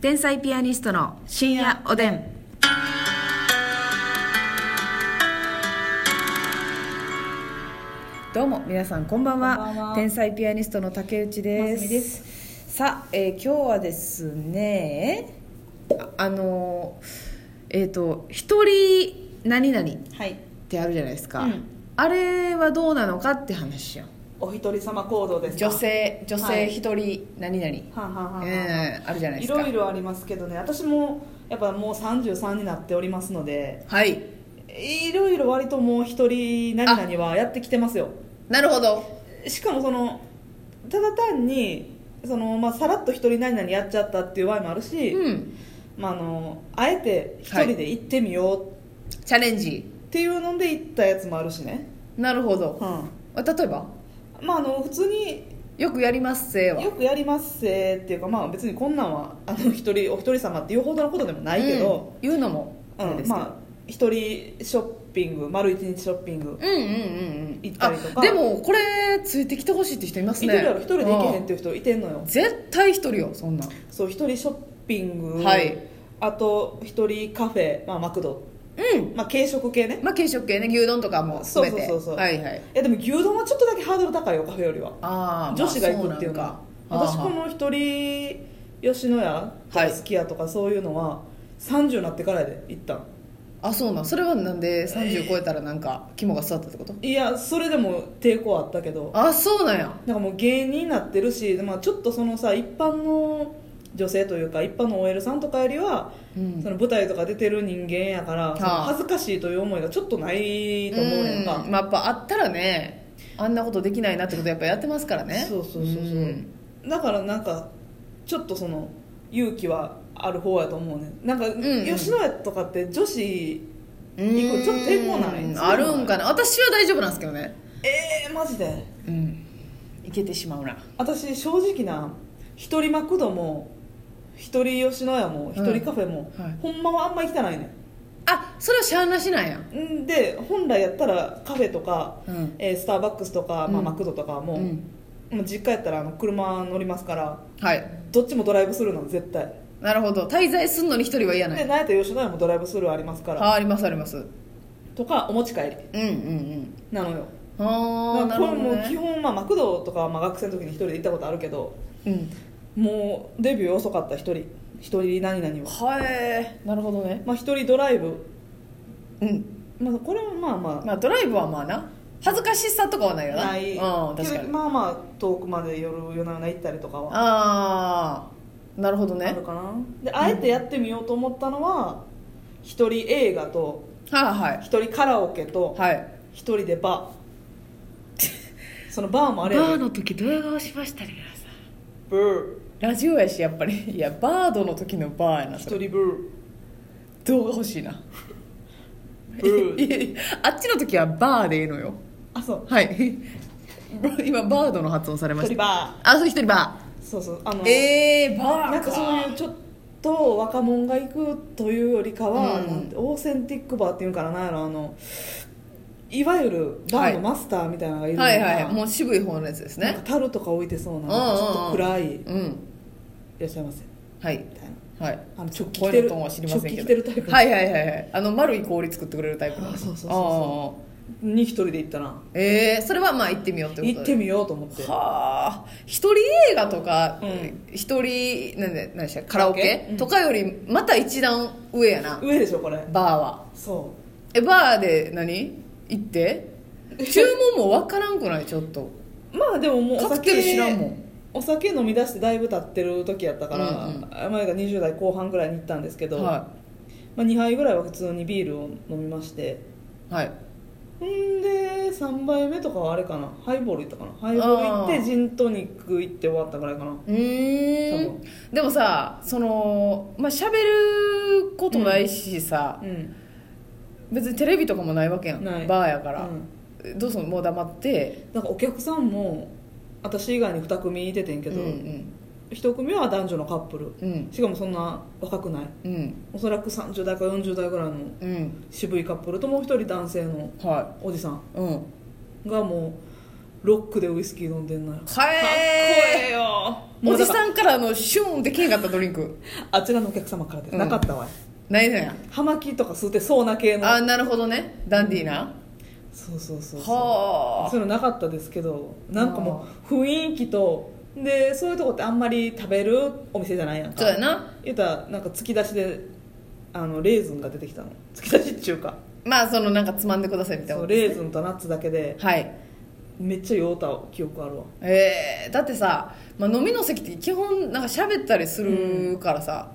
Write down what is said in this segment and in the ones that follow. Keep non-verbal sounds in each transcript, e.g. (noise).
天才ピアニストの深夜おでん。どうも皆さんこんばんは。こんばんは天才ピアニストの竹内でますす。みでさあ、えー今日はですね、ああのーえっ、と一人何々っはいてあるじゃないですか。うんあれはどうなのかって話よ。お一人様行動ですか女性女は性い一人何々。はんはんはんはんえーあるじゃないでいすか。ろいろありますけどね私もやっぱもう33になっておりますのではい。いろいろ割ともう一人何々はやってきてますよなるほど。しかもそのただ単にその、まあ、さらっと一人何々やっちゃったっていう場合もあるし、うん。まあ、あのあえて一人で行ってみようチャレンジ。っていうので行ったやつもあるしね、なるほど。うんあ例えばまあ、あの普通によくやりますせーは。よくやりますせーっていうかまあ別にこんなんはあの一人お一人様っていうほどのことでもないけど、うん、言うのもうあれんですけどまあ一人ショッピング丸一日ショッピングうんうんうんうん行ったりとかあでもこれついてきてほしいって人いま一す人ねやろ一人で行けへんあっていう人いてんのよあ絶対一人よそんなんそう一人ショッピング、はいあと一人カフェ、まあ、マクド、うんまあ、軽食系ねまあ軽食系ね牛丼とかも含めてそうそうそうそうはいはいいやでも牛丼はちょっとだけハードル高いよカフェよりはああ女子が行くっていうか,、私この一人吉野家とはいかすき家とかそういうのは30になってからやで行ったんあそうなんそれはなんで30超えたらなんか肝が据わったってこといやそれでも抵抗はあったけどあそうなんやなんかもう芸人になってるし、まあ、ちょっとそのさ一般の女性というか一般の OL さんとかよりは、うんその舞台とか出てる人間やから、その恥ずかしいという思いがちょっとないと思うやんか、うんまあ、やっぱあったらねあんなことできないなってことやっぱやってますからねそうそうそうそう、んだからなんかちょっとその勇気はある方やと思うねなんか、ん吉野家とかって女子うん行くちょっと抵抗ないうんあるんかな私は大丈夫なんですけどねえー、マジでうんいけてしまうな私正直な一人マクドも一人吉野家も一人カフェも、うんはいほんまはあんま行きたないねあそれはしゃあなしなんやんんで本来やったらカフェとか、うんえースターバックスとか、まあ、うんマクドとかも、ううん実家やったらあの車乗りますからはいどっちもドライブするの絶対なるほど滞在すんのに一人は嫌なでい何やったら吉野家もドライブスルーありますからあありますありますうんとかお持ち帰りうんうんなのよああだなからるこほど、れもう基ね本、まあ、マクドとかは、まあ、学生の時に一人で行ったことあるけどうん、もうデビュー遅かった一人一人何々は、はえなるほどねまあ、一人ドライブうんまあ、これはまあまあまあドライブはまあな恥ずかしさとかはないよなない、うん確かけどにまあまあ遠くまで夜夜な夜な行ったりとかはああなるほどあねるかな、であえてやってみようと思ったのは一人映画とはい一人カラオケとはいはい一人でバーそのバーもあれやバーでの時ドヤ顔しましたね皆さんブーラジオやしやっぱり (laughs) いやバードの時のバーやなそ一れ人ブ動画欲しいなーブ (laughs) ーいやいや (laughs) あっちの時はバーでええのよあそうはい (laughs) 今バードの発音されま一し人たバあそう一人バーそうそうあの、ーえー、バーなんかそういうちょっと若者が行くというよりかは、うんなんてオーセンティックバーっていうんからなんやろあのいわゆるバーのマスターみたいなのがいるのかはないはいもう渋い方のやつですなんかね樽とか置いてそうなうんうんうんちょっと暗いいうんらっしゃいますはいみたいなはいあの直帰着声てのるトーンは直知りません帰け着どてるタイプはいはいはいはいあの丸い氷作ってくれるタイプのあそうそうそうそうああに一人で行ったなえー、それはまあ行ってみようってことで行ってみようと思ってはあ一人映画とかうん一、人なんで何でしたカラオケカラオケうんとかよりまた一段上やな上でしょこれバーはそえバーで何行って注文もわからんくないちょっとうまあでももうおカク酒テル知らんもんお酒飲み出してだいぶ経ってる時やったから、うんうん前が20代後半ぐらいに行ったんですけど、はまあ、2杯ぐらいは普通にビールを飲みましていはいんで3杯目とかはあれかなハイボール行ったかなハイボール行っあーてジントニック行って終わったぐらいかなうーん多でもさそのまあ喋ることないしさう、ん別にテレビとかもないわけやんないバーやからう、んどうすんのもう黙ってなんかお客さんも私以外に2組出てんけど、うん1組は男女のカップルうんうんしかもそんな若くないうんおそらく30代か40代ぐらいのうん渋いカップルともう1人男性のはおじさんいうんがもうロックでウイスキー飲んでんのよかっこはえええよもおうだじからさんからのシューンってけんかったドリンクあっち側のお客様からです、うんなかったわないのや葉巻とか吸ってそうな系のあなるほどねダンディーなそうそうそうそうはそあういうのなかったですけどなんかもう雰囲気とでそういうとこってあんまり食べるお店じゃないやんかそうやな言うたらなんか突き出しであのレーズンが出てきたの突き出しっちゅうかまあそのなんかつまんでくださいみたいそなうレーズンとナッツだけではいめっちゃ酔うた記憶あるわえー、だってさ、まあ、飲みの席って基本なんか喋ったりするからさ、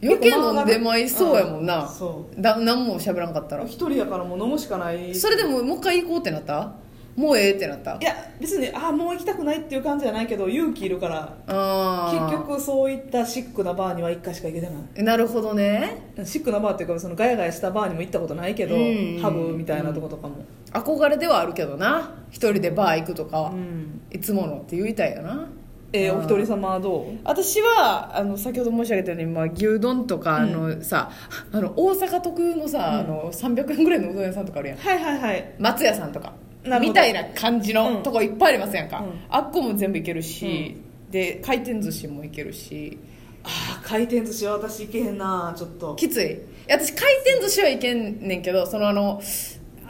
余計飲んでまいそうやもんな、そだ何も喋らんかったら一人やからもう飲むしかないそれでももう一回行こうってなったもうええってなったいや別にああもう行きたくないっていう感じじゃないけど勇気いるからあ結局そういったシックなバーには1回しか行けてない局なるほどねシックなバーっていうかそのガヤガヤしたバーにも行ったことないけど、うんハブみたいなとことかも、憧れではあるけどな一人でバー行くとかは、うんいつものって言いたいよなえーあーお一人様はどう私はあの先ほど申し上げたように、まあ、牛丼とか、うんあのさあの大阪特有のさ、あの300円ぐらいのうどん屋さんとかあるやんはいはいはい松屋さんとかなるほどみたいな感じうのんとこいっぱいありますやんか、うんあっこも全部いけるし、で回転寿司もいけるしあー回転寿司は私行けへんなちょっときついいや私回転寿司はいけんねんけどそのあの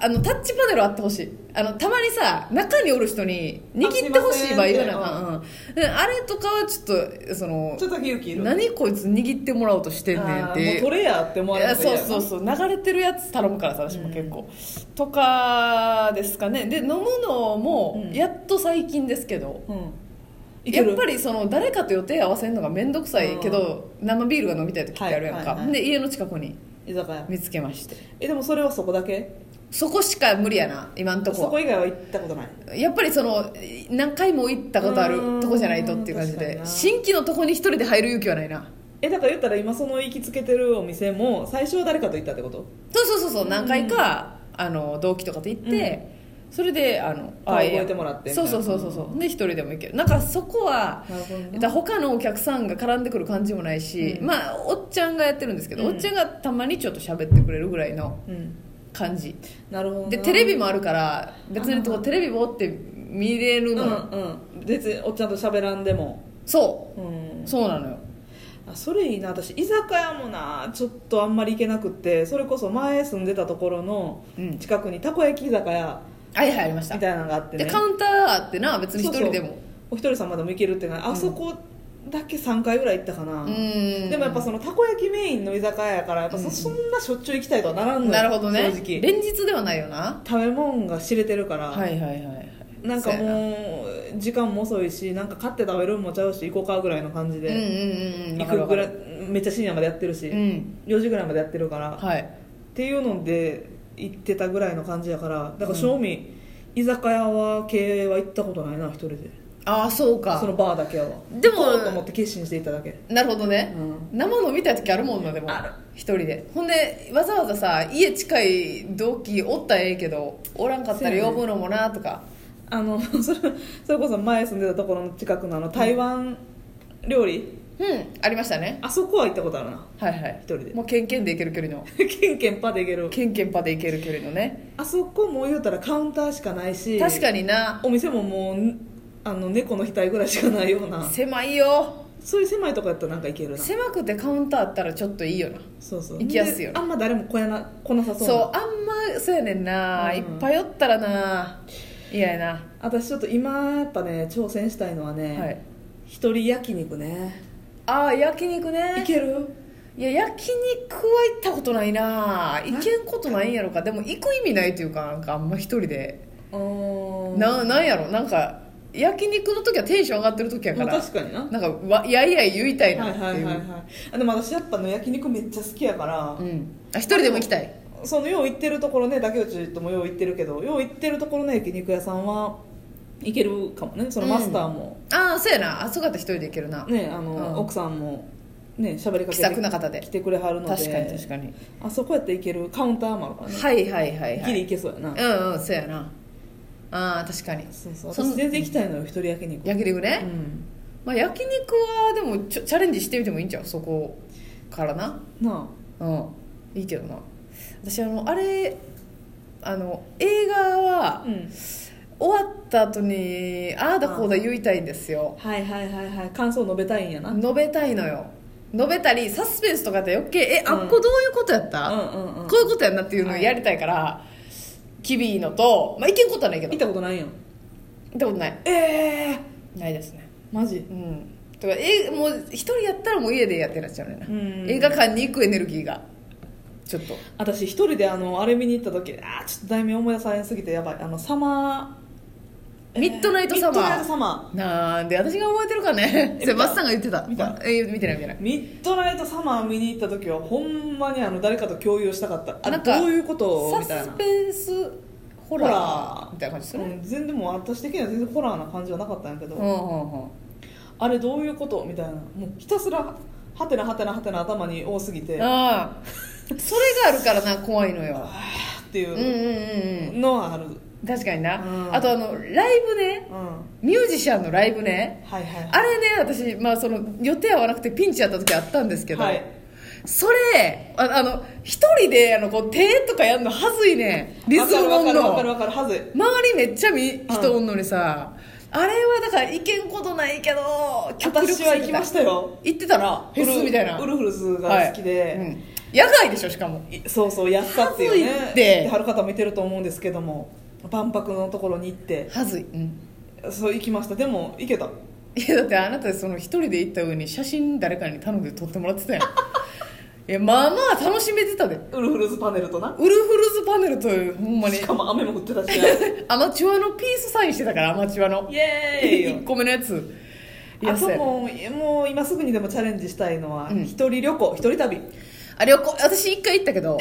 あのタッチパネルあってほしいあのたまにさ中におる人に握ってほしい場合言わなあかん、うん、であれとかはちょっとそのちょっとだけ勇気いる何こいつ握ってもらおうとしてんねんっあてーもう取れやって思わいれやるそうそうそう流れてるやつ頼むからさ私も結構、とかですかねで飲むのもうんやっと最近ですけど、うんやっぱりその誰かと予定合わせるのが面倒くさいけど、生ビールが飲みたい時ってあるやんか、はいはいはいで家の近くに居酒屋見つけましてえでもそれはそこだけそこしか無理やな今んとそここは以外は行ったことないやっぱりその何回も行ったことあるうんとこじゃないとっていう感じ確かにでな新規のとこに一人で入る勇気はないなえだから言ったら今その行きつけてるお店も最初は誰かと行ったってことそうそうそうそう何回か、あの同期とかと行って、それであの顔あ覚えいやてもらってみたそいうなそうそうそうそうで一人でも行けるなんかそこはなるほどなだから他のお客さんが絡んでくる感じもないし、うんまあおっちゃんがやってるんですけど、うんおっちゃんがたまにちょっと喋ってくれるぐらいのうん感じなるほどなでテレビもあるから別にこうテレビもって見れうるんのよ、うん別におっちゃんと喋らんでもそうんうそうなのよあそれいいな私居酒屋もなちょっとあんまり行けなくってそれこそ前住んでたところのうん近くにたこ焼き居酒屋はいはいありましみたたいなのがあってでねカウンターあってな別に一人でもそうそうお一人様でも行けるっていうのはあそこだけ3回ぐらい行ったかな、うーんでもやっぱそのたこ焼きメインの居酒屋やからやっぱそ,、うんんなしょっちゅう行きたいとはならんのよなるほどね正直連日ではないよな食べ物が知れてるから、はいはいはいはいなんかもう時間も遅いしなんか買って食べるんもちゃうし行こうかぐらいの感じそうやなで、うんうんうんうんわ行かるくわぐからいるめっちゃ深夜までやってるし、うん4時ぐらいまでやってるから、っはいていうので行ってたぐらいの感じやからだから正味、居酒屋は経営は行ったことないな一人でああそうかそのバーだけはでも行こうと思って決心していただけなるほどね、う生の見たい時あるもんなでもある一人でほんでわざわざさ家近い同期おったらええけどおらんかったそうやらね呼ぶのもなとかあの (laughs) それそれこそ前住んでたところの近くのあの台湾料理、うんありましたねあそこは行ったことあるな (laughs) はいはい一人でもうケンケンで行ける距離のケンケンパで行けるケンケンパで行ける距離のねあそこも言うたらカウンターしかないし確かになお店ももうあの猫の額ぐらいしかないような狭いよそういう狭いとこやったらなんか行けるな狭くてカウンターあったらちょっといいよなそうそう行きやすいよであんま誰も来やな来なさそそううなあんまそうやねんな、うんいっぱいおったらな嫌やな、私ちょっと今やっぱね挑戦したいのはね、はい一人焼肉ねああ焼肉ねいけるいや焼肉は行ったことないな行けんことないんやろかでも行く意味ないというかなんかあんま一人で、うーんななんやろなんか焼肉の時はテンション上がってる時やかまあら確かにななんかわやいやい言いたいなはっいていう、はいはいはいあでも私やっぱね焼肉めっちゃ好きやから、うん、あ一人でも行きたいそのよう行ってるところね竹内ともよう行ってるけどよう行ってるところの焼肉屋さんは行けるかもねそのマスターも、ああそうやなあそうかった一人で行けるな、ねあの、うん奥さんもね喋りか気さくけなて方で来てくれはるので確かに確かに、あそこやったら行けるカウンターもあるからね、はいはいはいはギリい行けそうやな、うんうんそうやなああ確かにそうそうその私全然行きたいのよ一人焼肉焼肉ね、うんまあ、焼肉はでもちょチャレンジしてみてもいいんちゃうそこからななうんいいけどな私あのあれあの映画あはうん大終わった後にああだこうだ言いたいんですよはいはいはいはい感想述べたいんやなうんうん述べたいのよ述べたりサスペンスとかって余計えあっこどういうことやった、うんうんこういうことやんなっていうのをやりたいから、キビーのとまあいけんことはないけど見行ったことないやんたことないええないですねマジうんとかえもう一人やったらもう家でやってなっちゃうねんな、うん映画館に行くエネルギーがちょっと私一人であのあれ見に行った時あーちょっと題名思い出されすぎてやばいあのサマーミッドナイトサマーミッドナイトサマなんで私が覚えてるかねえそれマスさんが言ってた見たえ見てない見てないーミッドナイトサマー見に行った時はほんまにあの誰かと共有したかったあれなんかどういうことみたサいスなペンスホホララーーみたいな感じすうる、ん、全然もう私的には全然ホラーな感じはなかったんやけど、うんうんうんあれどういうことみたいなもうひたすらハテナハテナハテナ頭に多すぎてあああそれがあるからな怖いのよーってうんうんいううんうんのはある、うん確かにな、うんあとあのライブねミュージシャンのライブねはいはいあれね私、まあ、その予定合わなくてピンチやった時あったんですけど、はいそれああの一人であのこう手とかやるのはずいねんリズムわ音かるわのかるわかるはずい周りめっちゃみ人おんのにさ、あれはだから行けんことないけど極力私は行きましたよ行ってたなフェスみたいなウルフルズが好きで、はいうん野外でしょしかもいそうそう安さっていうはずいねってはる方もいてると思うんですけども万博のところに行ってはずい、うん、 (laughs) そう行きましたでも行けたいやだってあなたその一人で行った上に写真誰かに頼んで撮ってもらってたやんいやまあまあ楽しめてたでウルフルズパネルとなウルフルズパネルというほんまにしかも雨も降ってたしアマチュアのピースサインしてたからアマチュアのイエーイよ1個目のやついやあそうそうやもうもう今すぐにでもチャレンジしたいのは、うん一人旅行一人旅あ旅行私一回行ったけど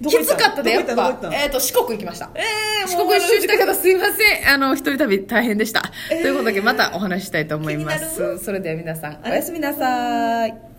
どきこ行ったつかったでやっどこぱ行ったどこ行ったえーと四国行きましたええ四国一周したけどすいませんあの一人旅大変でした、えーということでまたお話ししたいと思いま気になすそれでは皆さんおやすみなさい